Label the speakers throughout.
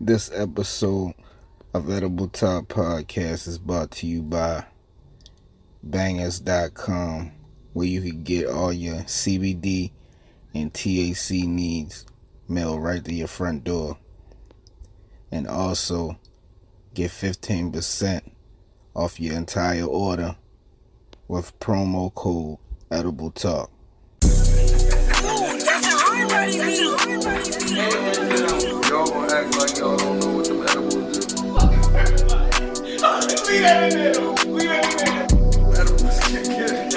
Speaker 1: This episode of Edible Top Podcast is brought to you by bangers.com, where you can get all your CBD and THC needs mailed right to your front door. And also get 15% off your entire order with promo code Edible Talk.
Speaker 2: That's how everybody be.
Speaker 3: Y'all gonna act like y'all don't know what them edibles do. Edibles kick in.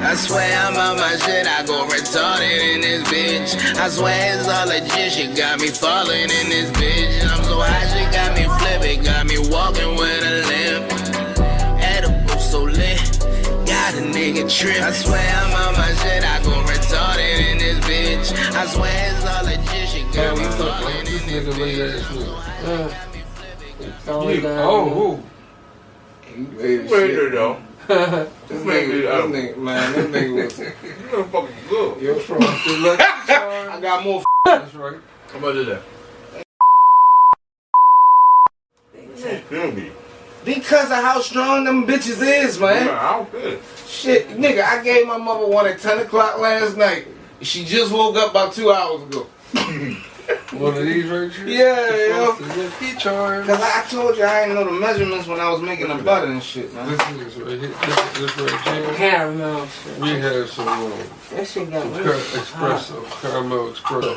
Speaker 4: I swear I'm on my shit, I go retarded in this bitch. I swear it's all legit, she got me falling in this bitch. I'm so high, she got me flipping, got me walking with a limp. Edible so lit, got a nigga trip. I swear I'm on my shit, I go retarded in this bitch. I swear it's all legit, she got me falling in this
Speaker 5: Always, uh,
Speaker 3: Oh,
Speaker 1: Wait,
Speaker 3: though.
Speaker 1: This
Speaker 3: made it up.
Speaker 1: nigga, man, this nigga was.
Speaker 3: um, You know fucking good.
Speaker 1: Yo, from look, I got more.
Speaker 3: That's right. How about that? Feel me.
Speaker 1: Because of how strong them bitches is, man.
Speaker 3: Man, I don't feel it.
Speaker 1: Shit, nigga, I gave my mother one at 10 o'clock last night. She just woke up about two hours ago.
Speaker 5: One of these right here?
Speaker 1: Yeah, yeah.
Speaker 5: He charmed.
Speaker 1: Cause I told you I didn't know the measurements when I was making the butter and shit, man.
Speaker 5: This is right here. This, this right here.
Speaker 6: Caramel.
Speaker 5: We have some um,
Speaker 6: That shit got
Speaker 5: car-
Speaker 6: me.
Speaker 5: espresso, caramel espresso,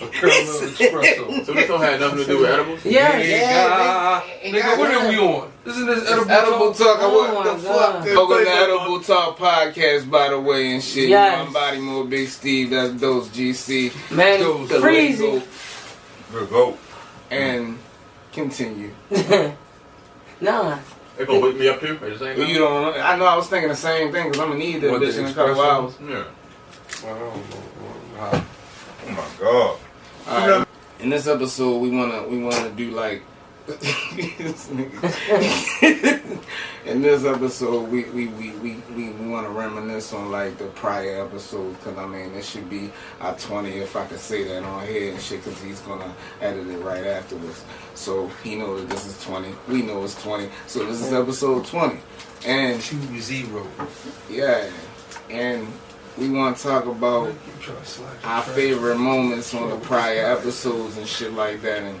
Speaker 5: a caramel espresso.
Speaker 3: So this don't have nothing to do with edibles?
Speaker 6: Yeah, yeah.
Speaker 1: Nigga,
Speaker 5: Nigga, what are we on? Isn't this
Speaker 1: Edible,
Speaker 5: edible? edible
Speaker 1: talk. I
Speaker 6: Oh
Speaker 1: what the
Speaker 6: my God.
Speaker 1: fuck? Welcome to Edible Talk podcast, by the way, and shit.
Speaker 6: Yes.
Speaker 1: You know, I'm Body More Big Steve. That's Dose GC.
Speaker 6: Man,
Speaker 1: Dose
Speaker 6: it's freezing.
Speaker 1: Logo,
Speaker 3: Good go.
Speaker 1: And continue.
Speaker 6: nah.
Speaker 3: They gonna wake me up too? At the same time?
Speaker 1: You don't. I know. I was thinking the same thing because I'm gonna need that
Speaker 5: What, the
Speaker 1: bitch in a couple
Speaker 5: espresso?
Speaker 1: hours.
Speaker 3: Yeah.
Speaker 5: Wow.
Speaker 3: Oh my god.
Speaker 1: Alright. In this episode, we wanna we wanna do like. This nigga. in this episode, we we, we, we, we we want to reminisce on like the prior episodes because I mean this should be our twenty if I could say that on here and shit because he's gonna edit it right afterwards. So he knows that this is twenty. We know it's twenty. So this is episode twenty, and
Speaker 5: Two zero.
Speaker 1: yeah, and we want to talk about our favorite moments on the prior episodes and shit like that. And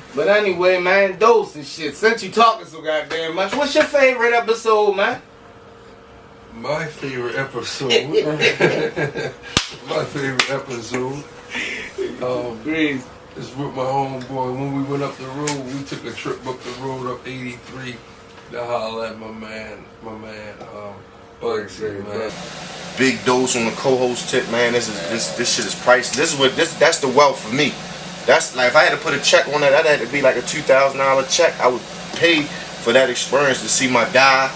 Speaker 1: but anyway, man, those and shit. Since you talking so goddamn much, what's your favorite episode, man?
Speaker 5: My favorite episode. My favorite episode. Um,
Speaker 1: Grease.
Speaker 5: It's with my homeboy. When we went up the road, we took a trip up the road up 83 to holler at my man, my man, um, Bugsy, man.
Speaker 7: big dose on the co-host tip, man. This is this this shit is priced. This is what this that's the wealth for me. That's like if I had to put a check on that, that had to be like a two thousand dollar check. I would pay for that experience to see my die.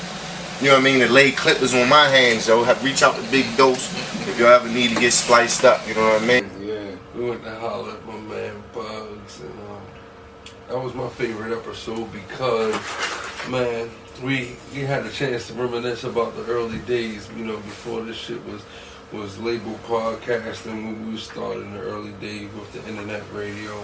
Speaker 7: You know what I mean? To lay clippers on my hands, yo. Have reach out to Big Dose if y'all ever need to get spliced up. You know what I mean?
Speaker 1: Yeah.
Speaker 5: We went to holler at my man, Bugs, and um, that was my favorite episode because, man, we we had a chance to reminisce about the early days, you know, before this shit was was labeled podcasting when we started in the early days with the internet radio.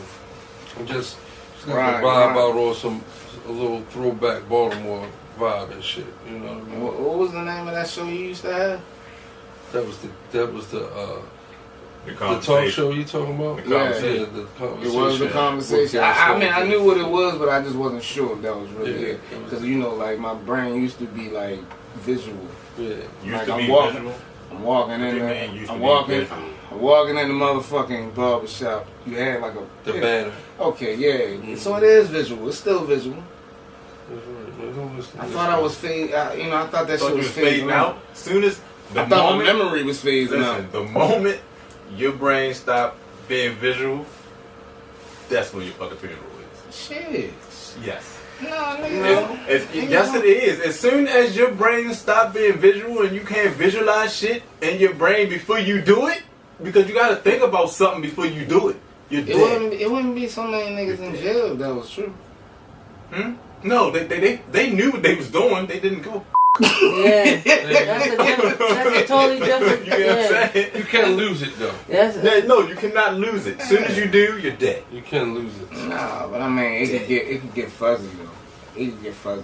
Speaker 5: And just, just got
Speaker 1: Right,
Speaker 5: the vibe
Speaker 1: right.
Speaker 5: out on some a little throwback Baltimore vibe and shit. You know what I
Speaker 1: Wha-
Speaker 5: mean?
Speaker 1: What, was the name of that show you used to have?
Speaker 5: that was the that was the uh,
Speaker 3: The
Speaker 5: the talk show you talking about?
Speaker 3: The conversation.
Speaker 5: Yeah, the
Speaker 1: It
Speaker 5: conversation.
Speaker 1: was the conversation. I, I mean, I knew what it was, but I just wasn't sure if that was really
Speaker 5: Yeah.
Speaker 1: it. Because you know, like my brain used to be like visual.
Speaker 5: Yeah.
Speaker 3: Used
Speaker 1: Like,
Speaker 3: to
Speaker 1: I'm
Speaker 3: be
Speaker 1: walking.
Speaker 3: visual.
Speaker 1: I'm walking in
Speaker 3: Your
Speaker 1: there.
Speaker 3: man used to
Speaker 1: I'm
Speaker 3: be
Speaker 1: walking.
Speaker 3: visual.
Speaker 1: I'm walking in the motherfucking barber shop. You had like a
Speaker 5: The
Speaker 1: yeah.
Speaker 5: banner.
Speaker 1: Okay, yeah. So it is visual. It's still visual. I thought I was fade. I, you know, I thought that
Speaker 3: Thought
Speaker 1: shit
Speaker 3: you
Speaker 1: was
Speaker 3: was fading out. Soon as the
Speaker 1: I thought
Speaker 3: moment
Speaker 1: my memory was phasing
Speaker 3: Listen,
Speaker 1: out.
Speaker 3: the moment your brain stop being visual, that's when your fucking funeral is.
Speaker 1: Shit.
Speaker 3: Yes.
Speaker 1: No, nigga.
Speaker 3: It's, it's- yes, it is. As soon as your brain stop being visual and you can't visualize shit in your brain before you do it, because you gotta think about something before you do it. You're
Speaker 1: It
Speaker 3: dead.
Speaker 1: wouldn't. It wouldn't be so many niggas in jail. if That was true.
Speaker 3: Hmm? No, they, they, they, they knew what they was doing. They didn't give a
Speaker 6: Yeah. That's a, different, that's a totally different.
Speaker 3: you get what
Speaker 6: Yeah.
Speaker 3: I'm saying?
Speaker 5: You can't lose it though.
Speaker 6: That's
Speaker 3: Yeah, no, you cannot lose it. As soon as you do, you're dead.
Speaker 5: You can't lose it.
Speaker 1: Nah, but I mean, it could get it could get fuzzy though. It could get fuzzy.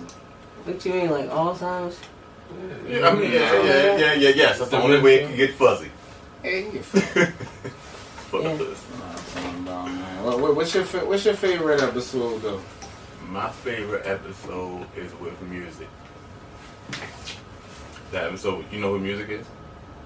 Speaker 6: what you mean, like Alzheimer's?
Speaker 3: Yeah, I mean, yeah, yeah, yeah, yeah, yes. That's the only way it can get fuzzy.
Speaker 1: It could get fuzzy. Nah, I'm talking about, man. What, what, what's your fa- what's your favorite episode though?
Speaker 3: My favorite episode is with music. That episode, you know what music is?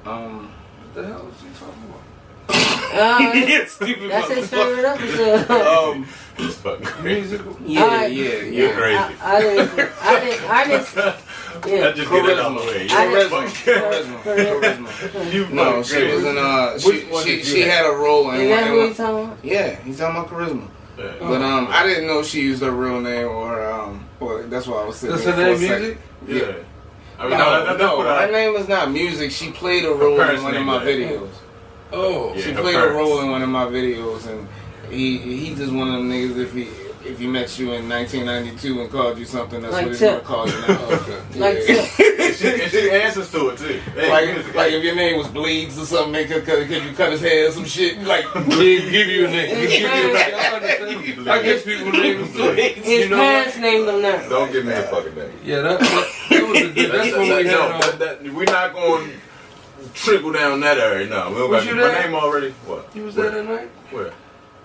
Speaker 1: Um,
Speaker 5: What the hell is he talking about?
Speaker 6: Uh,
Speaker 1: stupid.
Speaker 6: that's his favorite episode.
Speaker 1: Um,
Speaker 3: It's fucking crazy.
Speaker 5: Musical.
Speaker 1: yeah,
Speaker 6: Alright.
Speaker 1: yeah,
Speaker 3: You're
Speaker 1: yeah.
Speaker 3: crazy.
Speaker 6: I, I didn't. I didn't. I didn't.
Speaker 3: I
Speaker 6: Yeah.
Speaker 3: just get it out the way.
Speaker 6: I
Speaker 3: You're
Speaker 6: didn't-
Speaker 1: Charisma,
Speaker 3: fucking-
Speaker 1: charisma, charisma.
Speaker 3: You
Speaker 1: No,
Speaker 3: fucking
Speaker 1: she was
Speaker 3: crazy.
Speaker 1: in uh,
Speaker 3: Which
Speaker 1: she
Speaker 3: one
Speaker 1: she,
Speaker 3: did
Speaker 1: she
Speaker 3: you
Speaker 1: had a role in
Speaker 6: Is that
Speaker 1: one.
Speaker 6: who you
Speaker 1: in one-
Speaker 6: talking about?
Speaker 1: Yeah, he's talking about charisma.
Speaker 3: Yeah.
Speaker 1: But um, I didn't know she used her real name or her, um, or that's why I was sitting.
Speaker 5: That's
Speaker 1: there
Speaker 5: her
Speaker 1: for a
Speaker 5: name,
Speaker 1: second.
Speaker 5: music.
Speaker 1: Yeah.
Speaker 3: Yeah. I mean, no,
Speaker 1: No,
Speaker 3: that- that's
Speaker 1: no,
Speaker 3: what I.
Speaker 1: her name is not music. She played a role in
Speaker 3: parents'
Speaker 1: one of
Speaker 3: name
Speaker 1: my
Speaker 3: was-
Speaker 1: videos.
Speaker 5: Oh,
Speaker 3: Yeah.
Speaker 1: She
Speaker 3: her
Speaker 1: played a
Speaker 3: parents.
Speaker 1: role in one of my videos, and he he just one of them niggas. If he if he met you in 1992 and called you something, that's
Speaker 6: Like
Speaker 1: what he's gonna
Speaker 6: Tip.
Speaker 1: call you now.
Speaker 5: Okay.
Speaker 1: Yeah.
Speaker 6: Like, yeah.
Speaker 3: And she, and she answers to it too. Hey,
Speaker 1: Like,
Speaker 3: music.
Speaker 1: like if your name was Bleeds or something, they could, could, could you cut his hair or some shit? Like, Oh, Bleeds give you a name.
Speaker 6: his parents,
Speaker 5: I understand. I guess people name
Speaker 1: Bleeds.
Speaker 6: his parents named him that.
Speaker 3: don't give me a fucking name.
Speaker 5: Yeah, that, that, that was a good. That's
Speaker 3: That's
Speaker 5: when
Speaker 3: what
Speaker 5: we
Speaker 3: we
Speaker 5: had.
Speaker 3: no,
Speaker 5: Um,
Speaker 3: that, that, we're not going to trickle down that area. No, we don't
Speaker 5: Was
Speaker 3: got
Speaker 5: you
Speaker 3: my
Speaker 5: there?
Speaker 3: name already. What?
Speaker 5: you was
Speaker 3: Where?
Speaker 5: there that night
Speaker 3: Where?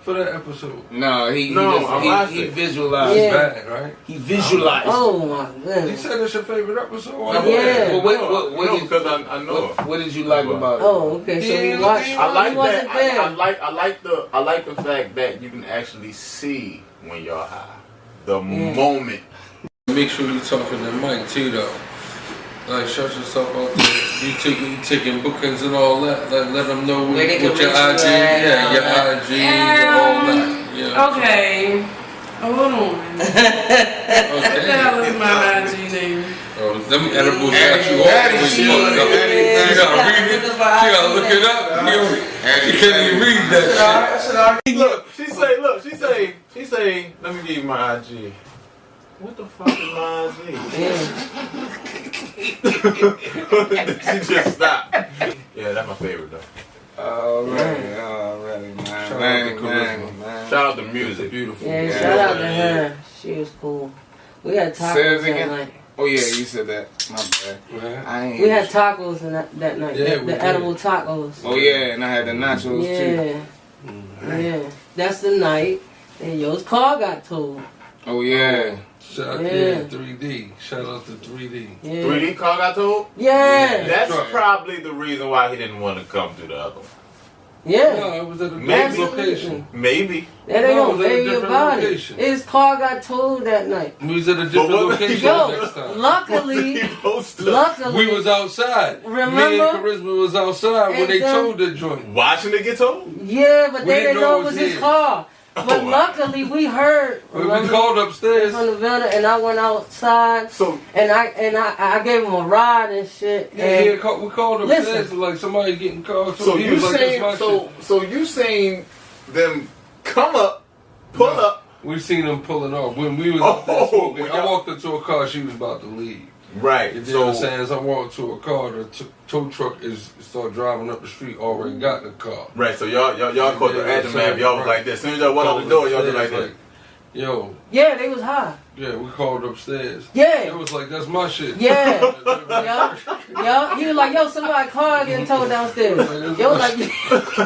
Speaker 5: for that episode.
Speaker 1: No, he, he,
Speaker 3: No,
Speaker 1: just-
Speaker 3: I
Speaker 1: he-
Speaker 3: watched
Speaker 1: he,
Speaker 3: it.
Speaker 1: visualized.
Speaker 6: Yeah.
Speaker 5: Bad, right?
Speaker 1: He visualized.
Speaker 6: Oh my
Speaker 5: You
Speaker 6: goodness.
Speaker 5: said that's your favorite episode.
Speaker 1: Now, what-
Speaker 6: Yeah.
Speaker 1: well, what, what, what
Speaker 3: no,
Speaker 1: did-
Speaker 3: because I, I know.
Speaker 1: what- what did you like
Speaker 3: What?
Speaker 1: about it?
Speaker 6: Oh, okay. So
Speaker 5: Yeah,
Speaker 6: we watched. oh,
Speaker 5: I
Speaker 3: I like
Speaker 6: he wasn't
Speaker 3: that. I,
Speaker 6: there.
Speaker 3: I like. I like the. I like the fact that you can actually see when y'all high. The moment.
Speaker 5: Make sure you talking to Mike too, though. Like shut yourself out there. You take you taking bookings and all that. Like let them know
Speaker 6: Where they
Speaker 5: with,
Speaker 6: can
Speaker 5: with your IG,
Speaker 6: reach you at
Speaker 5: yeah,
Speaker 6: and
Speaker 5: your IG, and
Speaker 6: all that.
Speaker 5: all that. Yeah.
Speaker 8: Um, Okay. Oh, Hold on. What the hell is my IG name?
Speaker 5: Oh, them edibles got you all
Speaker 1: Daddy,
Speaker 5: the way
Speaker 1: she-
Speaker 5: fucked up.
Speaker 1: Daddy,
Speaker 5: You gotta
Speaker 6: Daddy.
Speaker 5: read it. You gotta look it up. You, you can't even read that
Speaker 3: Look, she say. Look, she say. She say. Let me give you my IG. What the fuck is my IG?
Speaker 6: Yeah.
Speaker 3: she just stopped. Yeah, that's my favorite though.
Speaker 1: Alrighty, alrighty, man.
Speaker 5: Shout
Speaker 1: Man,
Speaker 5: out to
Speaker 1: man,
Speaker 5: Charisma.
Speaker 1: man.
Speaker 3: Shout out to
Speaker 5: shit.
Speaker 3: music.
Speaker 5: Beautiful.
Speaker 6: Yeah.
Speaker 1: Yeah.
Speaker 6: Shout out to her. She was cool. We had
Speaker 1: Say it
Speaker 6: tacos that
Speaker 1: again.
Speaker 6: night.
Speaker 1: Oh yeah, you said that. My bad.
Speaker 5: Man.
Speaker 1: I ain't.
Speaker 6: We had tacos in that, that night.
Speaker 5: Yeah,
Speaker 6: the
Speaker 5: we
Speaker 6: the
Speaker 5: did.
Speaker 6: edible tacos.
Speaker 1: oh yeah, and I had the nachos too.
Speaker 6: yeah. Yeah. That's the night that yo's car got towed.
Speaker 1: Oh yeah.
Speaker 5: Shout out
Speaker 6: Yeah.
Speaker 5: to 3D. Shout out to 3D.
Speaker 6: Yeah.
Speaker 3: 3D car got told.
Speaker 6: Yeah.
Speaker 3: That's
Speaker 5: Right.
Speaker 3: probably the reason why he didn't want to come to the other one.
Speaker 6: Yeah.
Speaker 5: No, it was at a
Speaker 3: Maybe.
Speaker 5: different location.
Speaker 3: Maybe.
Speaker 6: That ain't
Speaker 5: No,
Speaker 6: no
Speaker 5: it was at a
Speaker 6: baby
Speaker 5: different
Speaker 6: about it.
Speaker 5: location.
Speaker 6: His car got towed that night.
Speaker 5: We was at a
Speaker 3: But
Speaker 5: different
Speaker 3: what-
Speaker 5: location
Speaker 6: Yo,
Speaker 5: next time.
Speaker 6: luckily,
Speaker 3: Look,
Speaker 6: luckily,
Speaker 5: We was outside. Me and
Speaker 6: Remember?
Speaker 5: Charisma was outside when
Speaker 6: And uh,
Speaker 5: they
Speaker 6: then-
Speaker 5: told the joint.
Speaker 3: watching it get told.
Speaker 6: yeah, but
Speaker 5: we
Speaker 6: they didn't know it was his
Speaker 5: his.
Speaker 6: car. But
Speaker 3: Oh, wow.
Speaker 6: luckily, we heard
Speaker 5: We, we
Speaker 6: remember,
Speaker 5: called
Speaker 6: from
Speaker 5: upstairs.
Speaker 6: the building, and I went outside,
Speaker 3: So
Speaker 6: and I and I, I gave him a ride and shit.
Speaker 5: Yeah, yeah,
Speaker 6: And
Speaker 5: call, we called upstairs
Speaker 6: Listen.
Speaker 5: like somebody getting called.
Speaker 3: so
Speaker 5: he
Speaker 3: you
Speaker 5: was like, "That's
Speaker 3: saying
Speaker 5: my
Speaker 3: so
Speaker 5: shit."
Speaker 3: so you saying them come up, pull
Speaker 5: No.
Speaker 3: up.
Speaker 5: We seen them pulling off when we was
Speaker 3: Oh,
Speaker 5: up there smoking.
Speaker 3: we
Speaker 5: I
Speaker 3: got-
Speaker 5: walked into a car. She was about to leave.
Speaker 3: Right.
Speaker 5: You know
Speaker 3: so
Speaker 5: what I'm saying? As I walked to a car, the t- tow truck is start driving up the street. Already got the car.
Speaker 3: right. So y'all y'all y'all caught
Speaker 5: Yeah,
Speaker 3: the
Speaker 5: yeah,
Speaker 3: aftermath.
Speaker 5: so-
Speaker 3: Y'all was
Speaker 5: right.
Speaker 3: like this. As soon as y'all went out the door, y'all just like
Speaker 5: Upstairs,
Speaker 3: that.
Speaker 5: Yo,
Speaker 6: yeah, they was high.
Speaker 5: yeah, we called upstairs. It
Speaker 6: Yeah,
Speaker 5: was like that's my shit.
Speaker 6: yeah.
Speaker 5: Like,
Speaker 6: Yo, yo, he was like, yo, somebody car getting towed downstairs. Yo, was like,
Speaker 1: Why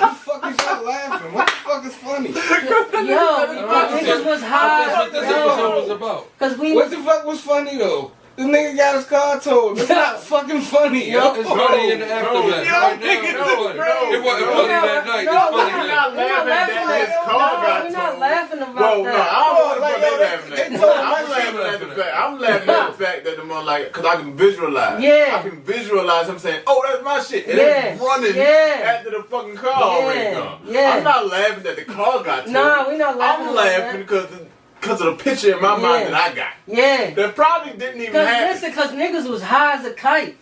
Speaker 1: the fuck is y'all laughing? What the fuck is funny?
Speaker 6: yo, niggas was
Speaker 5: That's what this episode
Speaker 6: high,
Speaker 5: was about.
Speaker 6: because we
Speaker 1: What the fuck was funny though? This nigga got his car towed. It's not fucking funny, yo.
Speaker 5: It's funny in the aftermath.
Speaker 3: yo,
Speaker 5: Right now, it's
Speaker 3: niggas is
Speaker 5: funny.
Speaker 3: crazy.
Speaker 5: It wasn't
Speaker 3: No,
Speaker 5: funny that night.
Speaker 6: no,
Speaker 5: It's funny
Speaker 6: we're
Speaker 5: now.
Speaker 6: We're not laughing
Speaker 3: that his
Speaker 6: at-
Speaker 3: car got
Speaker 6: no, we're
Speaker 3: told.
Speaker 6: not laughing about
Speaker 3: Bro, no,
Speaker 6: that.
Speaker 3: I don't
Speaker 1: Like,
Speaker 3: want to
Speaker 1: yo, they-
Speaker 3: put that
Speaker 1: they
Speaker 3: laughing at.
Speaker 1: told
Speaker 3: I'm
Speaker 1: my
Speaker 3: laughing
Speaker 5: shit.
Speaker 3: at the fact. I'm laughing at the fact that the mother like, cause I can visualize.
Speaker 6: Yeah.
Speaker 3: I can visualize him saying, "Oh, that's my shit," and
Speaker 6: Yeah.
Speaker 3: it's running
Speaker 6: Yeah.
Speaker 3: after the fucking car already
Speaker 6: Yeah.
Speaker 3: gone.
Speaker 6: Yeah.
Speaker 3: I'm not laughing that the car got towed.
Speaker 6: Nah, we not laughing
Speaker 3: I'm
Speaker 6: about that.
Speaker 3: laughing because because of the picture in my
Speaker 6: Yeah.
Speaker 3: mind that I got.
Speaker 6: Yeah.
Speaker 3: That probably didn't even
Speaker 6: Cause
Speaker 3: happen.
Speaker 6: listen, cause niggas was high as a kite.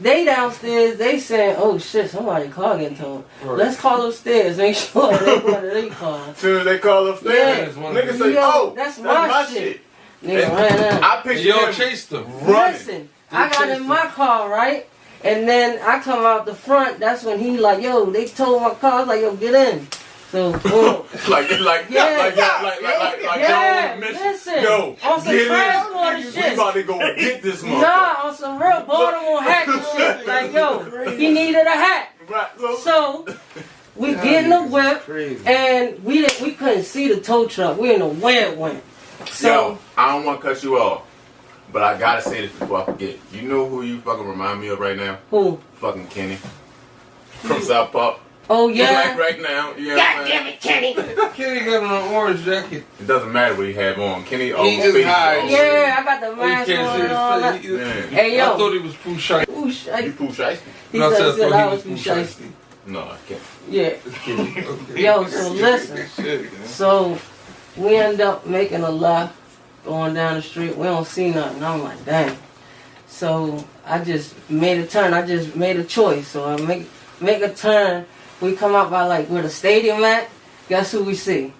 Speaker 6: They downstairs, they saying, "Oh shit, somebody car getting towed.
Speaker 5: Right.
Speaker 6: Let's call upstairs, make sure they one of they cars."
Speaker 3: As soon as they call
Speaker 6: Yeah.
Speaker 3: upstairs, nigga say,
Speaker 6: Yo,
Speaker 3: "Oh,
Speaker 6: that's my shit." Nigga ran out.
Speaker 3: I picture
Speaker 5: Yo
Speaker 3: him
Speaker 5: chased them.
Speaker 3: running.
Speaker 6: Listen, I got in my car, right? And then I come out the front. That's when he like, yo, they towed my car. I was like, yo, get in. So, boom.
Speaker 9: Like, like, like,
Speaker 6: Yeah.
Speaker 9: like, like, like, like, like, like,
Speaker 6: Yeah,
Speaker 9: yo, miss-
Speaker 6: listen.
Speaker 9: yo,
Speaker 6: On some
Speaker 9: get in.
Speaker 6: transport
Speaker 9: Niggas,
Speaker 6: shit.
Speaker 9: We about to go get this motherfucker.
Speaker 6: nah, on some real Baltimore hack shit. Like, yo, he needed a hat.
Speaker 9: Right, so-
Speaker 6: So we get in the whip, and we didn't, we couldn't see the tow truck. We in the way it went.
Speaker 3: Yo,
Speaker 6: So
Speaker 3: I don't want to cut you off, but I gotta say this before I forget. You know who you fucking remind me of right now?
Speaker 6: who?
Speaker 3: Fucking Kenny from South Park.
Speaker 6: Oh
Speaker 3: Like
Speaker 6: Hmm. yeah.
Speaker 3: right now, you know what I'm saying?
Speaker 6: it, Kenny.
Speaker 5: Kenny got on an orange jacket.
Speaker 3: It doesn't matter what he have on. Kenny always
Speaker 1: just
Speaker 3: faces
Speaker 1: high.
Speaker 3: all-
Speaker 6: Yeah, I got the
Speaker 5: Oh, you
Speaker 6: mask on and all
Speaker 5: can't
Speaker 6: that.
Speaker 5: see his face.
Speaker 3: Man,
Speaker 6: Hey
Speaker 5: I thought
Speaker 6: yo,
Speaker 5: he was Pooh Shite.
Speaker 6: ooh, sh-
Speaker 3: you
Speaker 6: I-
Speaker 3: poop shiesty?
Speaker 6: he
Speaker 5: No, I
Speaker 6: thought
Speaker 5: said
Speaker 6: he
Speaker 5: I
Speaker 6: said I was
Speaker 5: Pooh
Speaker 6: from Shiesty.
Speaker 5: Shiesty.
Speaker 3: No, I can't.
Speaker 6: Yeah.
Speaker 5: Kenny, okay.
Speaker 6: Yo, so listen. So we end up making a left, going down the street. We don't see nothing. I'm like, dang. So I just made a turn. I just made a choice. So I make make a turn. We come out by like where the stadium at. Guess who we see?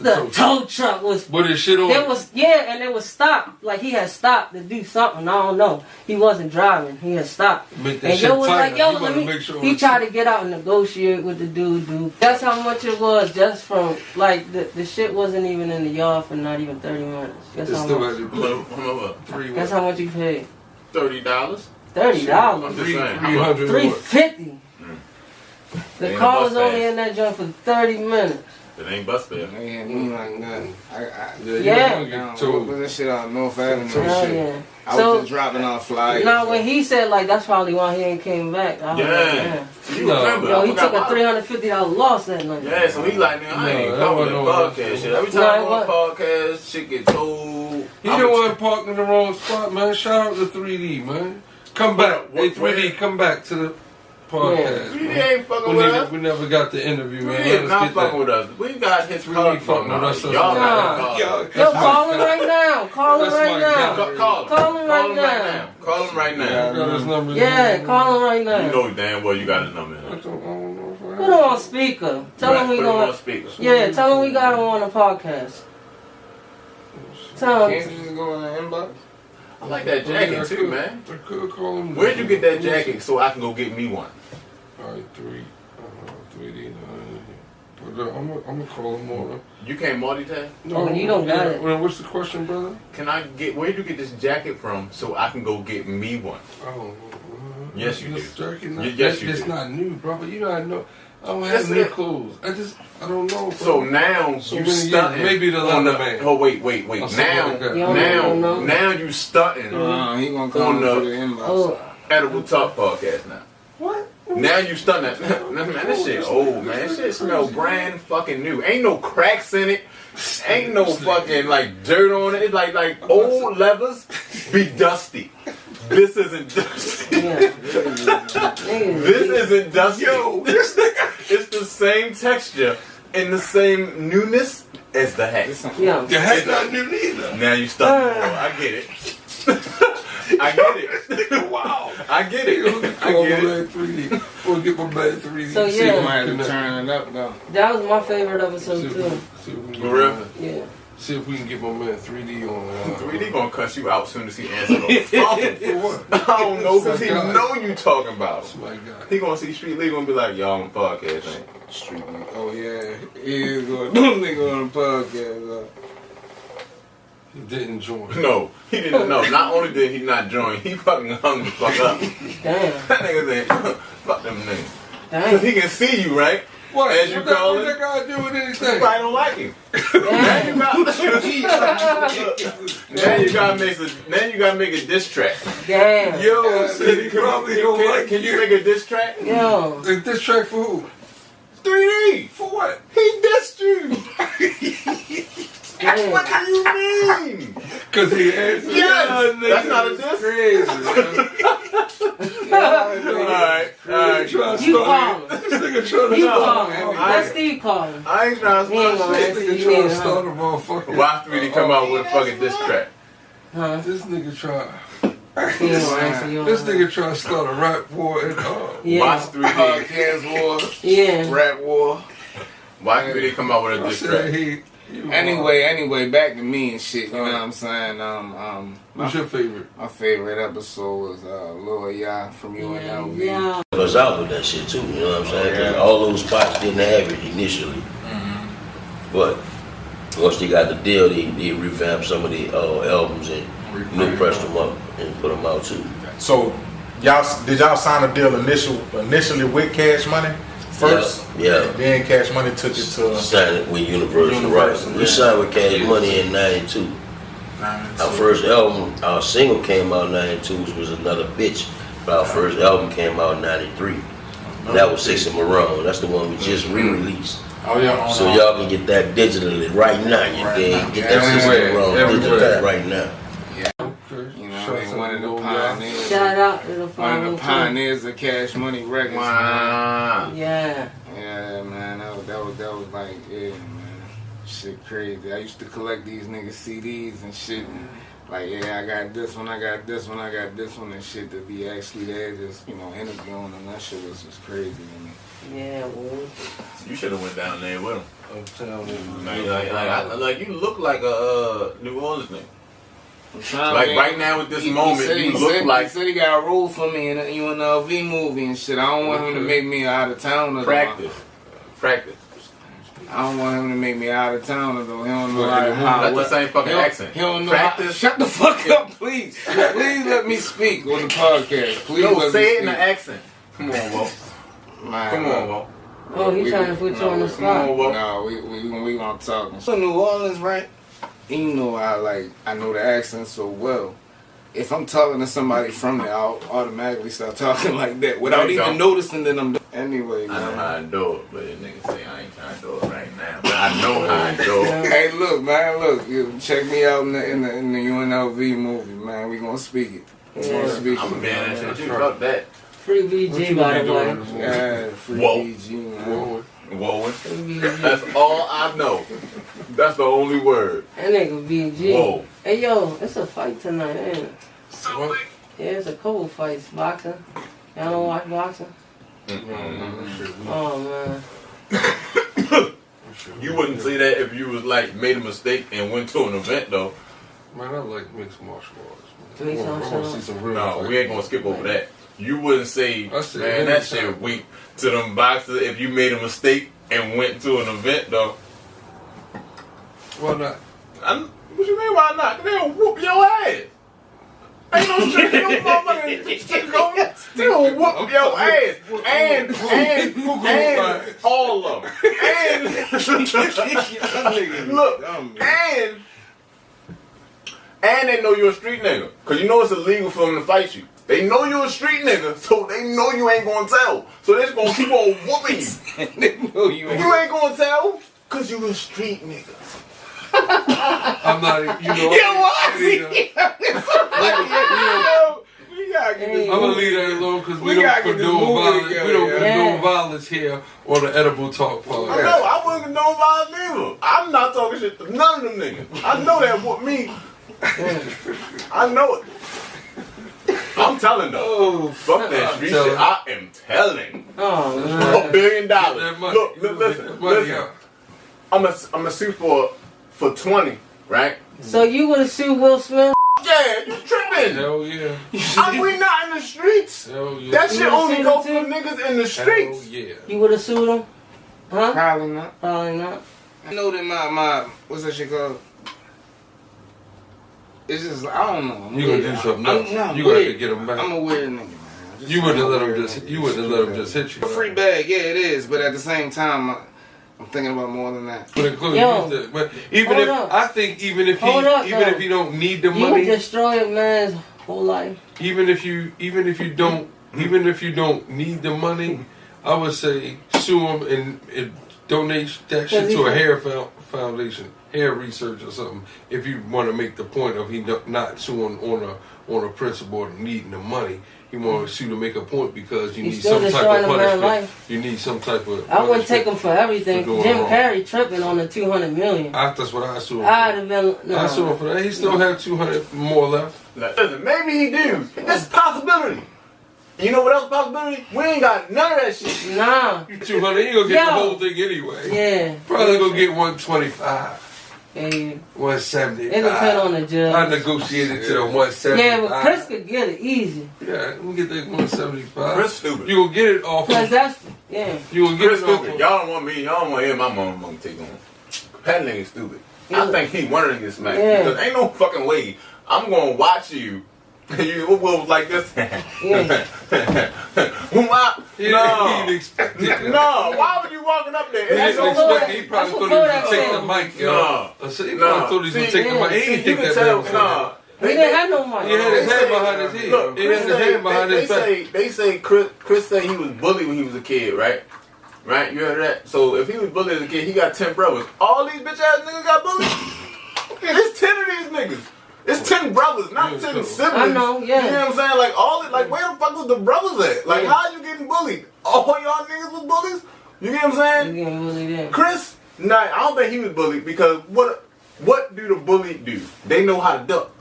Speaker 6: The tow truck was.
Speaker 5: But his shit on.
Speaker 6: It was yeah, and it was stopped. Like he had stopped to do something. I don't know. He wasn't driving. He had stopped.
Speaker 5: Make that
Speaker 6: And
Speaker 5: shit
Speaker 6: yo was
Speaker 5: tighter.
Speaker 6: like, yo,
Speaker 5: You
Speaker 6: let
Speaker 5: better
Speaker 6: me.
Speaker 5: make sure
Speaker 6: he
Speaker 5: it's-
Speaker 6: tried to get out and negotiate with the dude, dude. That's how much it was just from, like, the, the shit wasn't even in the yard for not even 30 minutes. That's
Speaker 5: It's
Speaker 6: how
Speaker 5: still
Speaker 6: much.
Speaker 5: at
Speaker 3: I'm
Speaker 5: the
Speaker 3: over- I'm over
Speaker 5: three
Speaker 6: That's how much you paid.
Speaker 3: thirty dollars.
Speaker 6: Thirty
Speaker 3: I'm
Speaker 6: dollars,
Speaker 3: just saying.
Speaker 5: three
Speaker 3: I'm-
Speaker 5: hundred
Speaker 6: three
Speaker 5: more.
Speaker 6: fifty. The
Speaker 3: Damn,
Speaker 6: car was
Speaker 3: Mustang.
Speaker 6: only in that joint for thirty minutes.
Speaker 3: It ain't bus fare.
Speaker 1: They ain't mean like nothing. I, I,
Speaker 6: Yeah.
Speaker 5: Yeah, you
Speaker 1: down.
Speaker 5: don't
Speaker 1: What
Speaker 5: get
Speaker 1: was that shit on North Avenue? and
Speaker 6: Hell
Speaker 1: shit.
Speaker 6: yeah.
Speaker 1: I was
Speaker 6: So
Speaker 1: just dropping off flyers.
Speaker 6: now when he said like that's probably why he ain't came back. I was
Speaker 3: Yeah.
Speaker 6: like,
Speaker 3: You
Speaker 5: No.
Speaker 3: remember?
Speaker 6: damn. Yo,
Speaker 3: I
Speaker 6: he
Speaker 3: forgot
Speaker 6: took a
Speaker 3: about-
Speaker 6: three hundred fifty dollar loss that night.
Speaker 3: Yeah, so he like, nigga, I
Speaker 5: No,
Speaker 3: ain't
Speaker 5: that
Speaker 3: coming to
Speaker 5: wasn't no
Speaker 3: podcast shit. Every time
Speaker 6: No,
Speaker 3: I
Speaker 6: it
Speaker 3: go on podcast, shit get told.
Speaker 5: He
Speaker 3: I'm
Speaker 5: the
Speaker 3: a-
Speaker 5: one parked in the wrong spot, man. Shout out to 3D, man. Come back.
Speaker 3: Where-
Speaker 5: Hey, 3D, come back to the podcast.
Speaker 3: Three D
Speaker 5: man.
Speaker 3: ain't fucking
Speaker 5: We,
Speaker 3: with
Speaker 5: never,
Speaker 3: us.
Speaker 5: we never got the interview,
Speaker 3: Three
Speaker 5: man.
Speaker 3: D
Speaker 5: Let us
Speaker 3: not
Speaker 5: get that.
Speaker 3: fucking with us. We got his
Speaker 5: Three D
Speaker 3: card.
Speaker 5: fucking
Speaker 3: No,
Speaker 5: with us.
Speaker 3: Y'all
Speaker 6: Nah.
Speaker 3: got his card.
Speaker 6: Yo, call him right now. Call him
Speaker 5: That's
Speaker 6: right
Speaker 5: my
Speaker 6: now.
Speaker 5: guy.
Speaker 3: Ca- Call him.
Speaker 6: Call him right now.
Speaker 3: Call him right
Speaker 5: I
Speaker 3: now.
Speaker 5: got his number.
Speaker 6: Yeah, call him right now.
Speaker 3: You know damn well you got his number. in
Speaker 5: I
Speaker 3: there.
Speaker 5: don't, I don't know if I
Speaker 6: Put him on speaker. Tell
Speaker 3: Right,
Speaker 6: him we
Speaker 3: put him on
Speaker 6: going.
Speaker 3: speaker.
Speaker 6: Yeah, tell him we got him on the podcast. Tell
Speaker 1: Can't
Speaker 6: him.
Speaker 1: you just go in the inbox?
Speaker 3: I like that
Speaker 5: Yeah, I
Speaker 3: jacket too,
Speaker 5: could-
Speaker 3: man.
Speaker 5: I could call him.
Speaker 3: Where'd you get that jacket so I can go get me one?
Speaker 5: All right, three, uh, three D. But uh, I'm gonna I'm gonna call him on.
Speaker 3: You can't multitask.
Speaker 6: Oh, you don't got it.
Speaker 5: Well, what's the question, brother?
Speaker 3: Can I get? Where'd you get this jacket from so I can go get me one?
Speaker 5: Oh,
Speaker 3: Yes, you
Speaker 5: this
Speaker 3: do.
Speaker 5: Jerky not,
Speaker 3: Y- yes, you
Speaker 5: It's
Speaker 3: do.
Speaker 5: not new, bro. But you know, I know. I don't have
Speaker 3: That's
Speaker 5: new
Speaker 3: it.
Speaker 5: clothes. I just, I don't know. Bro.
Speaker 3: So now
Speaker 5: So
Speaker 3: you
Speaker 5: many years,
Speaker 3: stunting.
Speaker 5: maybe the
Speaker 3: on
Speaker 5: leather man.
Speaker 3: Oh wait, wait, wait.
Speaker 5: Or something
Speaker 3: Now,
Speaker 5: like that.
Speaker 6: Yeah, I don't
Speaker 3: now,
Speaker 6: know. Uh-huh.
Speaker 3: now you stunting
Speaker 1: Uh, he gonna
Speaker 3: On
Speaker 1: call me
Speaker 3: the-
Speaker 1: through the inbox.
Speaker 6: Oh,
Speaker 3: edible talk podcast now.
Speaker 5: what?
Speaker 3: Now you stunting. man, this shit old man. This shit smell brand fucking new. Ain't no cracks in it. Ain't no fucking like dirt on it. It's like like old levers be dusty. This isn't dusty.
Speaker 6: yeah. Nigga,
Speaker 3: This isn't dusty. it's the same texture and the same newness as the hat.
Speaker 6: yeah.
Speaker 5: The hat's not new neither.
Speaker 3: Now you
Speaker 5: Ah.
Speaker 3: stuck. Oh, I get it. I get it.
Speaker 5: Wow.
Speaker 3: I get it. I
Speaker 5: Call my
Speaker 3: get it.
Speaker 5: man 3D. We'll get my man 3D.
Speaker 6: So,
Speaker 5: See
Speaker 1: You
Speaker 6: yeah.
Speaker 5: what
Speaker 1: might have
Speaker 5: we can-
Speaker 1: to turn it up though.
Speaker 6: That was my favorite
Speaker 5: see
Speaker 6: episode
Speaker 5: if we
Speaker 6: too.
Speaker 5: can- see if we can
Speaker 3: For
Speaker 5: get
Speaker 3: real?
Speaker 5: my man-
Speaker 6: Yeah.
Speaker 5: See if we can get my man 3D on. uh,
Speaker 3: 3D gonna cuss you out soon as he answers the phone.
Speaker 5: For what?
Speaker 3: I don't know because he
Speaker 5: God.
Speaker 3: know you talking about
Speaker 5: Oh
Speaker 3: him.
Speaker 5: my God.
Speaker 3: He gonna see Street League and be like, y'all on the podcast, man.
Speaker 1: Street. Oh yeah, he is going. Them nigga on the podcast. Uh,
Speaker 5: He didn't join.
Speaker 3: No, he didn't know. Not only did he not join, he fucking hung the fuck up.
Speaker 6: Damn.
Speaker 3: That nigga said, fuck them niggas. Because
Speaker 6: Damn.
Speaker 3: he can see you, right?
Speaker 5: What?
Speaker 3: As you
Speaker 5: what that-
Speaker 3: call
Speaker 5: what
Speaker 3: it?
Speaker 5: that got to do with anything?
Speaker 3: Everybody don't like him. Now you got now you gotta make a now you gotta make a diss track.
Speaker 6: Damn.
Speaker 3: Yo,
Speaker 5: City
Speaker 3: City,
Speaker 5: probably
Speaker 3: can-
Speaker 5: don't
Speaker 3: can-
Speaker 5: like
Speaker 3: Can you make a diss track?
Speaker 6: Yo.
Speaker 5: Like, This track for who?
Speaker 3: 3D.
Speaker 5: For what?
Speaker 3: He dissed you.
Speaker 6: Damn.
Speaker 3: What do you mean?
Speaker 5: Because he answered.
Speaker 3: Yes, that's not a diss.
Speaker 1: crazy. man.
Speaker 3: All right, all right.
Speaker 5: Trying to
Speaker 6: You
Speaker 5: start-
Speaker 6: calling?
Speaker 5: This nigga trying to
Speaker 6: You
Speaker 5: start.
Speaker 6: calling? That's Steve calling.
Speaker 3: I ain't trying
Speaker 6: He ain't
Speaker 3: to
Speaker 6: gonna
Speaker 3: start shit.
Speaker 6: answer
Speaker 5: This nigga
Speaker 6: you
Speaker 5: trying to
Speaker 6: either, huh?
Speaker 5: start a motherfucker.
Speaker 3: Why 3D come out with a fucking diss track?
Speaker 6: Huh?
Speaker 5: This nigga trying.
Speaker 6: He ain't gonna answer you.
Speaker 5: This
Speaker 6: huh?
Speaker 5: nigga trying to start a rap war and uh.
Speaker 3: Watch
Speaker 6: Yeah.
Speaker 3: 3D.
Speaker 1: Podcast war,
Speaker 6: Yeah.
Speaker 1: rap war.
Speaker 3: Why 3D come out with a
Speaker 5: I
Speaker 3: diss
Speaker 5: said
Speaker 3: track?
Speaker 5: he
Speaker 10: Anyway, anyway, back to me and shit. You know
Speaker 5: Alright.
Speaker 10: what I'm saying? Um, um,
Speaker 3: uh,
Speaker 5: What's
Speaker 10: my,
Speaker 5: your favorite?
Speaker 10: my favorite episode was uh, Lil Yah from UNLV.
Speaker 6: Yeah.
Speaker 7: was out with that shit too, you know what I'm saying? 'Cause All those spots didn't have it initially. But once they got the deal, they, they revamped some of the uh, albums and new pressed them up and put them out too.
Speaker 11: So, y'all s- did y'all sign a deal initial initially with Cash Money first?
Speaker 7: Yeah, yeah.
Speaker 11: Then Cash Money took it to uh,
Speaker 7: Signed it with Universal,
Speaker 11: Universal,
Speaker 7: right? We
Speaker 11: yeah.
Speaker 7: signed with Cash Money in 92. Our first album, our single came out in 92, which was Another Bitch. But our first album came out in 93. And that was Six and Maroon. That's the one we just re-released.
Speaker 11: oh yeah, on,
Speaker 7: So
Speaker 11: uh,
Speaker 7: y'all can get that digitally right now. You
Speaker 11: Right
Speaker 7: dig?
Speaker 11: now.
Speaker 7: Get that system
Speaker 5: Everywhere,
Speaker 7: wrong
Speaker 5: everywhere.
Speaker 7: digitally right now.
Speaker 5: Okay.
Speaker 10: You know,
Speaker 5: Shout out
Speaker 10: they
Speaker 5: to
Speaker 10: one of the
Speaker 5: Lil Yachty.
Speaker 10: pioneers.
Speaker 6: Shout out to the
Speaker 10: One of
Speaker 6: 502.
Speaker 10: the pioneers of Cash Money Records. Man.
Speaker 3: Wow.
Speaker 6: Yeah.
Speaker 10: Yeah, man, that was, that was that was like, yeah, man, shit crazy. I used to collect these niggas CDs and shit. And, like, yeah, I got this one, I got this one, I got this one, and shit to be actually there, just you know, interviewing them. That shit was just crazy. to me.
Speaker 6: Yeah, well,
Speaker 3: You should have went down there with him.
Speaker 5: I'm telling
Speaker 3: Like,
Speaker 5: you.
Speaker 3: like, like, I, like you look like a uh, New Orleans nigga.
Speaker 10: I'm trying,
Speaker 3: Like
Speaker 10: man.
Speaker 3: right now at this moment,
Speaker 10: said,
Speaker 3: you
Speaker 10: he
Speaker 3: look
Speaker 10: said,
Speaker 3: like
Speaker 10: he said he got a role for me in a UNLV movie and shit. I don't want him to make me out of town or
Speaker 3: practice. Practice.
Speaker 10: I don't want him to make me out of town or though. He don't know
Speaker 5: Right.
Speaker 10: how, how
Speaker 3: That's the
Speaker 10: what-
Speaker 3: same fucking
Speaker 10: He don't-
Speaker 3: accent.
Speaker 10: He don't know.
Speaker 3: Practice.
Speaker 10: How, shut the fuck up, please. Please let me speak on the podcast. Please
Speaker 3: Yo,
Speaker 10: let
Speaker 3: say
Speaker 10: me
Speaker 3: it in the
Speaker 10: speak.
Speaker 3: accent. Come on, Walt.
Speaker 10: Man,
Speaker 3: Come on, Walt.
Speaker 6: oh, he
Speaker 10: we-
Speaker 6: trying to put you
Speaker 10: no,
Speaker 6: on the
Speaker 10: come
Speaker 3: on,
Speaker 6: spot.
Speaker 3: Walt.
Speaker 10: No, we we we, we gonna talk. So New Orleans, right? You know I like I know the accent so well. If I'm talking to somebody from there, I'll automatically start talking like that without
Speaker 3: you
Speaker 10: even
Speaker 3: don't.
Speaker 10: noticing that I'm. Anyway,
Speaker 3: I know
Speaker 10: man.
Speaker 3: how I do it, but the nigga say I ain't trying to do it right now. But I know how I do it.
Speaker 10: Hey, look, man, look. You check me out in the in the, in the UNLV movie, man. We gonna speak it. We gonna
Speaker 6: Yeah.
Speaker 10: speak
Speaker 3: I'm a
Speaker 10: it.
Speaker 3: man that shit. You fuck that.
Speaker 6: Free
Speaker 5: What you
Speaker 6: BG, by
Speaker 5: been
Speaker 6: the way.
Speaker 5: doing this morning?
Speaker 10: Yeah, free
Speaker 3: Whoa.
Speaker 10: BG, man.
Speaker 5: Whoa.
Speaker 3: Whoa.
Speaker 6: Free BG.
Speaker 3: That's all I know. That's the only word.
Speaker 6: That nigga BG.
Speaker 3: Whoa.
Speaker 6: Hey, yo, it's a fight tonight, ain't it?
Speaker 5: What?
Speaker 6: Yeah, it's a cold fight. It's boxing. Y'all don't watch boxing? Oh, man.
Speaker 3: You wouldn't say that if you was like made a mistake and went to an event though.
Speaker 5: Man, I like mixed martial arts. Man.
Speaker 6: Mixed
Speaker 5: I want to
Speaker 6: martial
Speaker 5: see some real.
Speaker 3: No,
Speaker 5: fight.
Speaker 3: we ain't gonna skip over that. You wouldn't say,
Speaker 5: I see.
Speaker 3: man, that shit weak to them boxers if you made a mistake and went to an event though.
Speaker 5: Why not?
Speaker 3: I'm, what you mean why not? They'll whoop your ass. Ain't no shit, no motherfucking shit going. They'll whoop your ass. And, and, and all of them. And, Look, and, and they know you're a street nigga. Because you know it's illegal for them to fight you. They know you're a street nigga, so they know you ain't gonna tell. So they're just gonna keep on whooping you.
Speaker 10: they know you ain't.
Speaker 3: You ain't gonna tell, cause you a street nigga.
Speaker 5: I'm not. even- You know.
Speaker 3: Yeah, what?
Speaker 5: I need to-
Speaker 10: Yo, we gotta get this
Speaker 5: I'm gonna
Speaker 10: movie.
Speaker 5: leave that alone because we,
Speaker 10: We
Speaker 5: don't
Speaker 10: gotta get this
Speaker 5: condone
Speaker 10: movie
Speaker 5: violence.
Speaker 10: together,
Speaker 5: we don't
Speaker 10: yeah.
Speaker 5: condone
Speaker 6: Yeah.
Speaker 5: violence here on the Edible Talk
Speaker 3: I
Speaker 5: podcast.
Speaker 3: know, I wouldn't know about neither. I'm not talking shit to none of them niggas. I know that what me. I know it. I'm telling them.
Speaker 5: Oh,
Speaker 3: fuck that street
Speaker 5: telling.
Speaker 3: shit. I am telling.
Speaker 6: Oh,
Speaker 3: A
Speaker 6: man.
Speaker 3: billion dollars.
Speaker 5: That money.
Speaker 3: Look, li-
Speaker 5: Get
Speaker 3: listen,
Speaker 5: that money
Speaker 3: listen.
Speaker 5: out.
Speaker 3: I'm a, I'm a sue for for 20, right?
Speaker 6: So you would have sued Will Smith?
Speaker 3: Yeah, you tripping.
Speaker 5: Hell yeah.
Speaker 3: I, we not in the streets.
Speaker 5: Hell yeah.
Speaker 3: That shit
Speaker 6: You
Speaker 3: only
Speaker 6: seen
Speaker 3: go
Speaker 6: it
Speaker 3: for
Speaker 6: too?
Speaker 3: niggas in the
Speaker 5: Hell
Speaker 3: streets.
Speaker 5: yeah.
Speaker 6: You would have sued him? Huh?
Speaker 10: Probably not.
Speaker 6: Probably not.
Speaker 10: I know that my my what's that shit called? It's just I don't know. I'm
Speaker 5: You gonna
Speaker 10: weird.
Speaker 5: do something
Speaker 10: I'm-
Speaker 5: else.
Speaker 10: no, I'm
Speaker 5: You gonna
Speaker 10: weird.
Speaker 5: get 'em back.
Speaker 10: I'm a weird nigga, man. I just-
Speaker 5: You wouldn't
Speaker 10: I'm a
Speaker 5: let him
Speaker 10: weird
Speaker 5: just.
Speaker 10: nigga.
Speaker 5: You wouldn't let him just hit you.
Speaker 10: A free bag, yeah, it is. But at the same time, I, I'm thinking about more than that.
Speaker 5: But include
Speaker 6: Yo,
Speaker 5: you said- but even
Speaker 6: hold
Speaker 5: if
Speaker 6: up.
Speaker 5: I think even if he
Speaker 6: Hold up,
Speaker 5: even
Speaker 6: though.
Speaker 5: if you don't need the
Speaker 6: You would
Speaker 5: money,
Speaker 6: destroy a man's whole life.
Speaker 5: even if you even if you don't even if you don't need the money, I would say sue him and, and donate that shit to a hair fo- foundation, hair research or something. If you want to make the point of he no- not suing on a on a principle of needing the money, he wants you to make a point because you
Speaker 6: Mm. He's
Speaker 5: need
Speaker 6: still
Speaker 5: some type
Speaker 6: destroying
Speaker 5: of
Speaker 6: a man's
Speaker 5: punishment.
Speaker 6: life.
Speaker 5: You need some type of.
Speaker 6: I wouldn't take
Speaker 5: punishment.
Speaker 6: him for everything.
Speaker 5: For doing
Speaker 6: Jim
Speaker 5: wrong.
Speaker 6: Carrey tripping on the 200 million.
Speaker 5: I, that's what I sue. him
Speaker 6: I'd
Speaker 5: for.
Speaker 6: have been. No.
Speaker 5: I sue him for that. He still have two hundred more left.
Speaker 3: Listen, maybe he do. That's a possibility. You know what else a possibility? We ain't got none of that shit.
Speaker 6: Nah.
Speaker 5: Two hundred, you gonna get
Speaker 6: Yo.
Speaker 5: the whole thing anyway.
Speaker 6: Yeah.
Speaker 5: Probably gonna get one twenty five.
Speaker 6: gave.
Speaker 5: 170.
Speaker 6: It depend on the judge.
Speaker 5: I negotiated to the 175.
Speaker 6: Yeah, but Chris could get it easy.
Speaker 5: Yeah, we get that 175.
Speaker 3: Chris stupid.
Speaker 5: You gonna get it off.
Speaker 6: Because that's, yeah.
Speaker 5: You gonna get
Speaker 3: Chris
Speaker 5: it off.
Speaker 3: stupid. Y'all don't want me. Y'all don't want to hear my mom, mom take on. That nigga stupid. I think he wanted to get smacked
Speaker 6: Yeah.
Speaker 3: because ain't no fucking way I'm gonna watch you. you will- will like this.
Speaker 6: Yeah.
Speaker 3: Whom I-
Speaker 5: No.
Speaker 3: no, no. Why were you walking up there?
Speaker 5: He
Speaker 3: That's
Speaker 5: didn't
Speaker 3: no
Speaker 5: expect
Speaker 6: what Kodak-
Speaker 5: it. He probably
Speaker 6: that's what
Speaker 5: thought he was gonna
Speaker 6: Kodak
Speaker 5: take
Speaker 6: said.
Speaker 5: the mic,
Speaker 3: No.
Speaker 5: yo. I said, He
Speaker 3: No.
Speaker 5: probably thought he was gonna
Speaker 3: See,
Speaker 5: take the
Speaker 6: yeah.
Speaker 5: mic. He
Speaker 3: See,
Speaker 5: didn't
Speaker 3: you
Speaker 5: think
Speaker 3: can
Speaker 5: that man
Speaker 3: tell.
Speaker 5: was
Speaker 3: Nah.
Speaker 6: He didn't have no money.
Speaker 5: He had his hand
Speaker 3: say-
Speaker 5: behind his head.
Speaker 3: Look,
Speaker 5: He had
Speaker 3: Chris
Speaker 5: his
Speaker 3: say,
Speaker 5: hand behind
Speaker 3: they,
Speaker 5: his
Speaker 3: they
Speaker 5: back.
Speaker 3: say they say Chris Chris say he was bullied when he was a kid, right? Right, you heard that? So if he was bullied as a kid, he got ten brothers. All these bitch ass niggas got bullied. it's ten of these niggas. It's ten brothers, not ten siblings.
Speaker 6: I know, yeah.
Speaker 3: You know what I'm saying? Like all it, like where the fuck was the brothers at? Like
Speaker 6: Yeah.
Speaker 3: how you getting bullied? All y'all niggas was bullies. You know what I'm saying?
Speaker 6: You getting really there.
Speaker 3: Chris, nah, I don't think he was bullied because what what do the bully do? They know how to duck.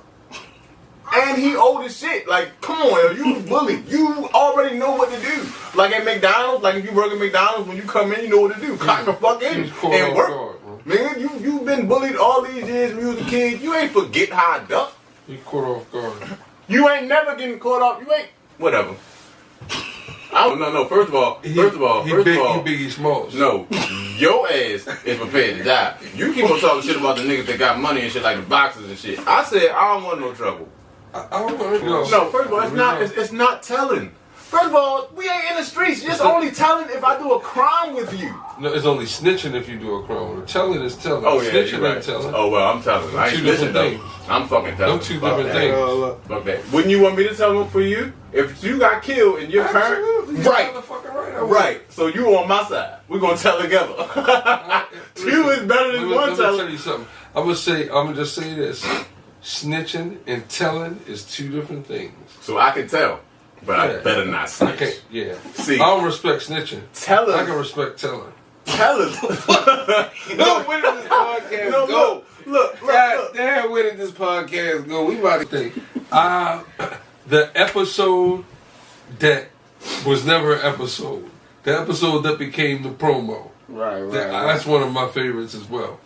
Speaker 3: And he old as shit. Like, come on, yo, you was bullied. You already know what to do. Like at McDonald's, like if you work at McDonald's, when you come in, you know what to
Speaker 5: Mm.
Speaker 3: do. Cock the fuck in
Speaker 5: He's caught
Speaker 3: and
Speaker 5: off
Speaker 3: work.
Speaker 5: guard, bro.
Speaker 3: Nigga, you you been bullied all these years when you was a kid. You ain't forget how I duck.
Speaker 5: He caught off guard.
Speaker 3: You ain't never getting caught up. You ain't whatever. I don't know. No, first of all,
Speaker 5: He-
Speaker 3: first of all,
Speaker 5: he
Speaker 3: first
Speaker 5: big,
Speaker 3: of all,
Speaker 5: he Biggie Smalls.
Speaker 3: no, your ass is prepared to die. You keep on talking shit about the niggas that got money and shit like the boxers and shit. I said I don't want no trouble.
Speaker 5: I, I don't want to go.
Speaker 3: No, first of all, it's not it's, it's not telling. First of all, we ain't in the streets. It's only telling if I do a crime with you.
Speaker 5: No, it's only snitching if you do a crime. Telling is telling. snitching
Speaker 3: Oh, you're
Speaker 5: ain't telling.
Speaker 3: Oh well, I'm telling. I ain't
Speaker 5: Two different
Speaker 3: listen though.
Speaker 5: things.
Speaker 3: I'm fucking telling.
Speaker 5: Them two
Speaker 3: Fuck
Speaker 5: different
Speaker 3: that.
Speaker 5: things.
Speaker 3: Fuck that. Wouldn't you want me to tell them for you? If you got killed and your
Speaker 5: Absolutely.
Speaker 3: parent,
Speaker 5: You're
Speaker 3: right?
Speaker 5: motherfucking right. I would.
Speaker 3: Right. So you on my side. We're gonna tell together. Two is better
Speaker 5: Let
Speaker 3: than
Speaker 5: me, let
Speaker 3: one
Speaker 5: me
Speaker 3: telling.
Speaker 5: tell you something. I'm gonna say. I'm gonna just say this. Snitching and telling is two different things.
Speaker 3: So I can tell. But I
Speaker 5: Yeah.
Speaker 3: better not
Speaker 5: I
Speaker 3: snitch.
Speaker 5: can't. Yeah.
Speaker 3: See.
Speaker 5: I don't respect snitching.
Speaker 3: Tell
Speaker 5: I can
Speaker 3: us.
Speaker 5: respect telling.
Speaker 3: Tell us.
Speaker 1: Look, where did this podcast go?
Speaker 3: No, no. Look, look,
Speaker 1: God
Speaker 3: look.
Speaker 1: damn, where did this podcast go? We about to
Speaker 5: Thing. I. Uh, The episode that was never an episode. The episode that became the promo.
Speaker 1: right, right.
Speaker 5: That-
Speaker 1: right.
Speaker 5: That's one of my favorites as well.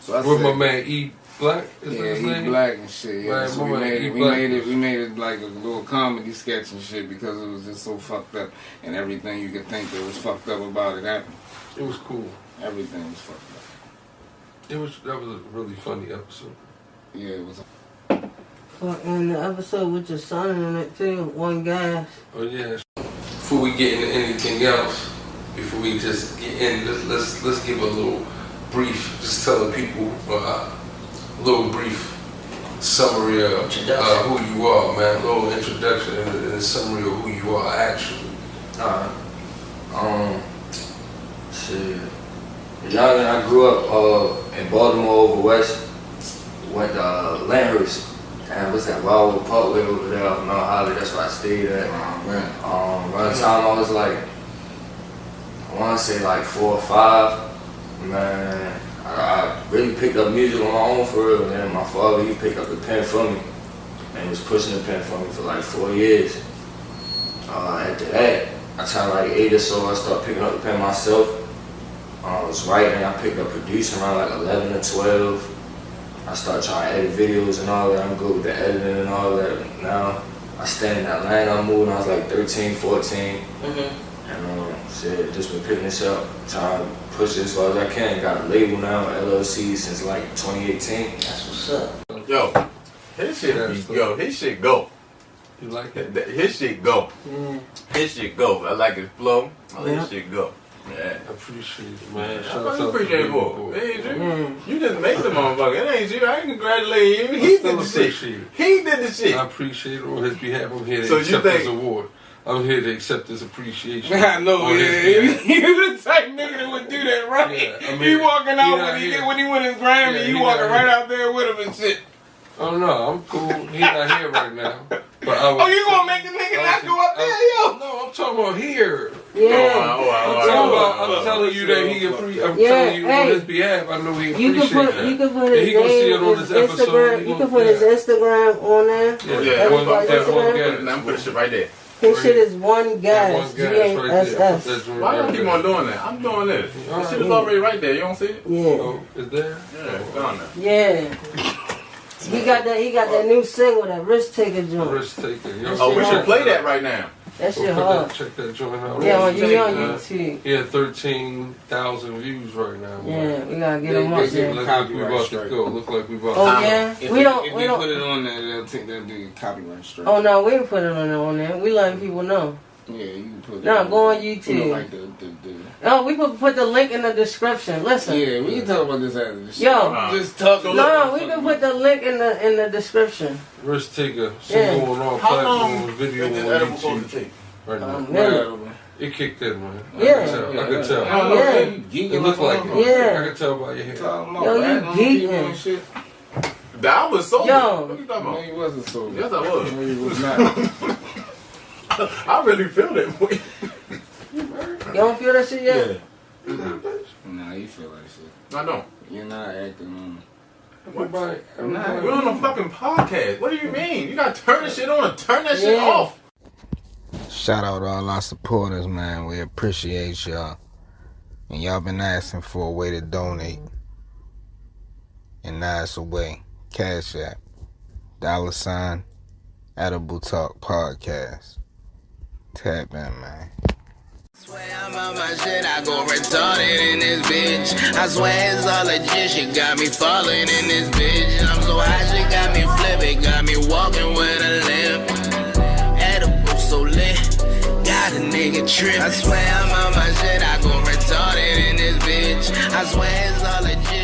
Speaker 1: So I
Speaker 5: With my
Speaker 1: said-
Speaker 5: man E Black. Is that
Speaker 1: Yeah,
Speaker 5: his
Speaker 1: he
Speaker 5: name?
Speaker 1: black and shit. Yeah,
Speaker 5: Right,
Speaker 1: so
Speaker 5: my
Speaker 1: we
Speaker 5: man,
Speaker 1: made
Speaker 5: he
Speaker 1: it. We
Speaker 5: black.
Speaker 1: made it. We made it like a little comedy sketch and shit because it was just so fucked up, and everything you could think that was fucked up about it happened.
Speaker 5: It was cool.
Speaker 1: Everything was fucked up.
Speaker 5: It was that was a really funny episode.
Speaker 1: Yeah, it was.
Speaker 6: Fucking the episode with your son in it too. One guy.
Speaker 5: Oh yeah. Before we get into anything else, before we just get in, let's let's, let's give a little brief, just tell the people a uh, little brief summary of uh, who you are, man. little introduction and, and a summary of who you are actually.
Speaker 10: Alright. Um, shit. Young and I grew up uh, in Baltimore over west. Went to uh, Landhurst. And what's that Wildwood Parkway over there on Mount Holly? That's where I stayed at. Um, around the time I was like, I want to say like four or five. Man, I, I really picked up music on my own for real. And my father, he picked up the pen for me. And was pushing the pen for me for like four years. Uh, after that, I turned like eight or so, I started picking up the pen myself. I was writing, I picked up producing around like 11 or 12. I started trying to edit videos and all that. I'm good with the editing and all that. Now, I stayed in Atlanta, I moved when I was like 13, 14.
Speaker 6: Mm-hmm.
Speaker 10: And um, shit, just been picking this up, trying to push it as far as I can. Got a label now, LLC, since like 2018.
Speaker 6: That's what's up.
Speaker 3: Yo, his shit, be, yo, his shit go.
Speaker 5: You like that?
Speaker 3: Th- His shit go.
Speaker 5: Mm.
Speaker 6: Yeah.
Speaker 3: His shit go. I like his flow. I like
Speaker 6: Yeah.
Speaker 3: his shit go. Yeah.
Speaker 5: I appreciate it, man.
Speaker 3: I
Speaker 5: Shout
Speaker 3: fucking
Speaker 5: out to
Speaker 3: appreciate it,
Speaker 5: Baby
Speaker 3: boy.
Speaker 5: Boy.
Speaker 3: It ain't you.
Speaker 6: Mm.
Speaker 3: You just make the motherfucker. It ain't you. I ain't congratulating you. He
Speaker 5: I still
Speaker 3: did the shit.
Speaker 5: appreciate it.
Speaker 3: He did the shit.
Speaker 5: I appreciate it on his behalf. I'm here to
Speaker 3: So you
Speaker 5: accept
Speaker 3: think-
Speaker 5: this award. I'm here to accept this appreciation.
Speaker 1: I know.
Speaker 5: on his
Speaker 1: Yeah,
Speaker 5: behalf.
Speaker 1: you the type nigga that would do that, right?
Speaker 5: Yeah, I mean,
Speaker 1: he walking
Speaker 5: he
Speaker 1: out
Speaker 5: not
Speaker 1: when he
Speaker 5: here.
Speaker 1: did, when he won his Grammy.
Speaker 5: Yeah,
Speaker 1: you
Speaker 5: he
Speaker 1: walking
Speaker 5: not
Speaker 1: right
Speaker 5: here.
Speaker 1: out there with him and shit.
Speaker 5: Oh no, I'm cool. He's not here right now. But I was,
Speaker 1: Oh, you gonna make the nigga not go up there, yo?
Speaker 5: No, I'm talking about here.
Speaker 3: Oh,
Speaker 6: Yeah.
Speaker 3: wow, wow,
Speaker 5: I'm
Speaker 3: wow,
Speaker 5: talking
Speaker 3: wow,
Speaker 5: about.
Speaker 3: wow.
Speaker 5: I'm telling you that he. Appre- I'm
Speaker 6: Yeah,
Speaker 5: telling you on
Speaker 6: hey.
Speaker 5: his behalf. I know he
Speaker 6: You
Speaker 5: appreciates
Speaker 6: can put
Speaker 5: that.
Speaker 6: you can put
Speaker 5: Yeah,
Speaker 6: his
Speaker 5: he gonna see it
Speaker 6: name,
Speaker 5: on
Speaker 6: his
Speaker 5: his episode.
Speaker 6: Instagram.
Speaker 5: He
Speaker 6: You
Speaker 5: gonna-
Speaker 6: can put his
Speaker 5: yeah.
Speaker 6: Instagram on there.
Speaker 5: Yeah,
Speaker 3: Yeah.
Speaker 5: one,
Speaker 6: Everybody
Speaker 5: that one
Speaker 6: Instagram?
Speaker 5: guy.
Speaker 3: And I'm putting shit right there.
Speaker 6: His shit is one
Speaker 3: That
Speaker 6: gas.
Speaker 3: one's
Speaker 6: G
Speaker 3: gas
Speaker 6: A
Speaker 3: right
Speaker 6: S
Speaker 3: there.
Speaker 6: S.
Speaker 3: Why y'all keep on doing that? I'm doing this. This shit is already right there. You don't see it?
Speaker 6: Yeah.
Speaker 5: is there?
Speaker 3: Yeah, it's down there.
Speaker 6: Yeah. He got that. He got that new single, that Risk Taker joint.
Speaker 5: Risk Taker. yo.
Speaker 3: Oh, we should play that right now.
Speaker 6: That shit
Speaker 5: Go put
Speaker 6: hard.
Speaker 5: that- Check that joint out.
Speaker 6: Yeah, on- you on
Speaker 5: Uh,
Speaker 6: YouTube.
Speaker 5: He had 13,000 views right now. man.
Speaker 6: Yeah, we gotta get him up there.
Speaker 5: Look like we about to go. Look like we about
Speaker 6: Oh,
Speaker 5: to
Speaker 6: yeah?
Speaker 1: If
Speaker 6: We
Speaker 1: you-
Speaker 6: don't-
Speaker 1: If
Speaker 6: we
Speaker 1: you
Speaker 6: don't-
Speaker 1: put it on there, they'll take that dude copyright straight.
Speaker 6: Oh no, we ain't put it on there. On there. We letting people know.
Speaker 1: Yeah, you can put.
Speaker 6: No,
Speaker 1: it
Speaker 6: go on
Speaker 1: You know,
Speaker 6: YouTube.
Speaker 1: like the, the, the
Speaker 6: No, we could put the link in the description. Listen.
Speaker 1: Yeah, we can talk about this after the show.
Speaker 6: Yo.
Speaker 3: Uh,
Speaker 1: just talk.
Speaker 6: No, we can put the link in the in the description.
Speaker 5: Risk Taker. Single
Speaker 6: Yeah.
Speaker 5: on all
Speaker 6: How long
Speaker 5: platforms, video
Speaker 6: is this
Speaker 5: on
Speaker 6: edible
Speaker 5: YouTube. Right now.
Speaker 6: Um,
Speaker 5: Man, it kicked in, man. I
Speaker 6: Yeah.
Speaker 5: could tell. I could
Speaker 6: Yeah.
Speaker 5: tell.
Speaker 6: Yeah.
Speaker 5: It looked like it.
Speaker 6: Yeah.
Speaker 5: I could tell by your hair.
Speaker 6: Yo, you geeking.
Speaker 3: That was so.
Speaker 6: Yo.
Speaker 3: What you talking about?
Speaker 1: He wasn't so.
Speaker 3: Yes, I was.
Speaker 1: He was not.
Speaker 3: I really feel that way.
Speaker 6: You don't feel that shit yet?
Speaker 1: nah, you feel like shit.
Speaker 3: I don't.
Speaker 1: You're not acting on.
Speaker 5: Everybody,
Speaker 3: Nah,
Speaker 5: everybody.
Speaker 3: we're on a fucking podcast. What do you mean? You gotta turn this shit on. Turn that shit
Speaker 6: Yeah.
Speaker 3: off.
Speaker 1: Shout out to all our supporters, man. We appreciate y'all. And y'all been asking for a way to donate. And now it's a way. Cash App. Dollar sign. Edible Talk Podcast. Tap in, man.
Speaker 4: I'm on my shit, I go retarded in this bitch. I swear it's all legit, she got me falling in this bitch. I'm so high, she got me flipping, got me walking with a limp. Edible so lit, got a nigga trip. I swear I'm on my shit, I go retarded in this bitch. I swear it's all legit.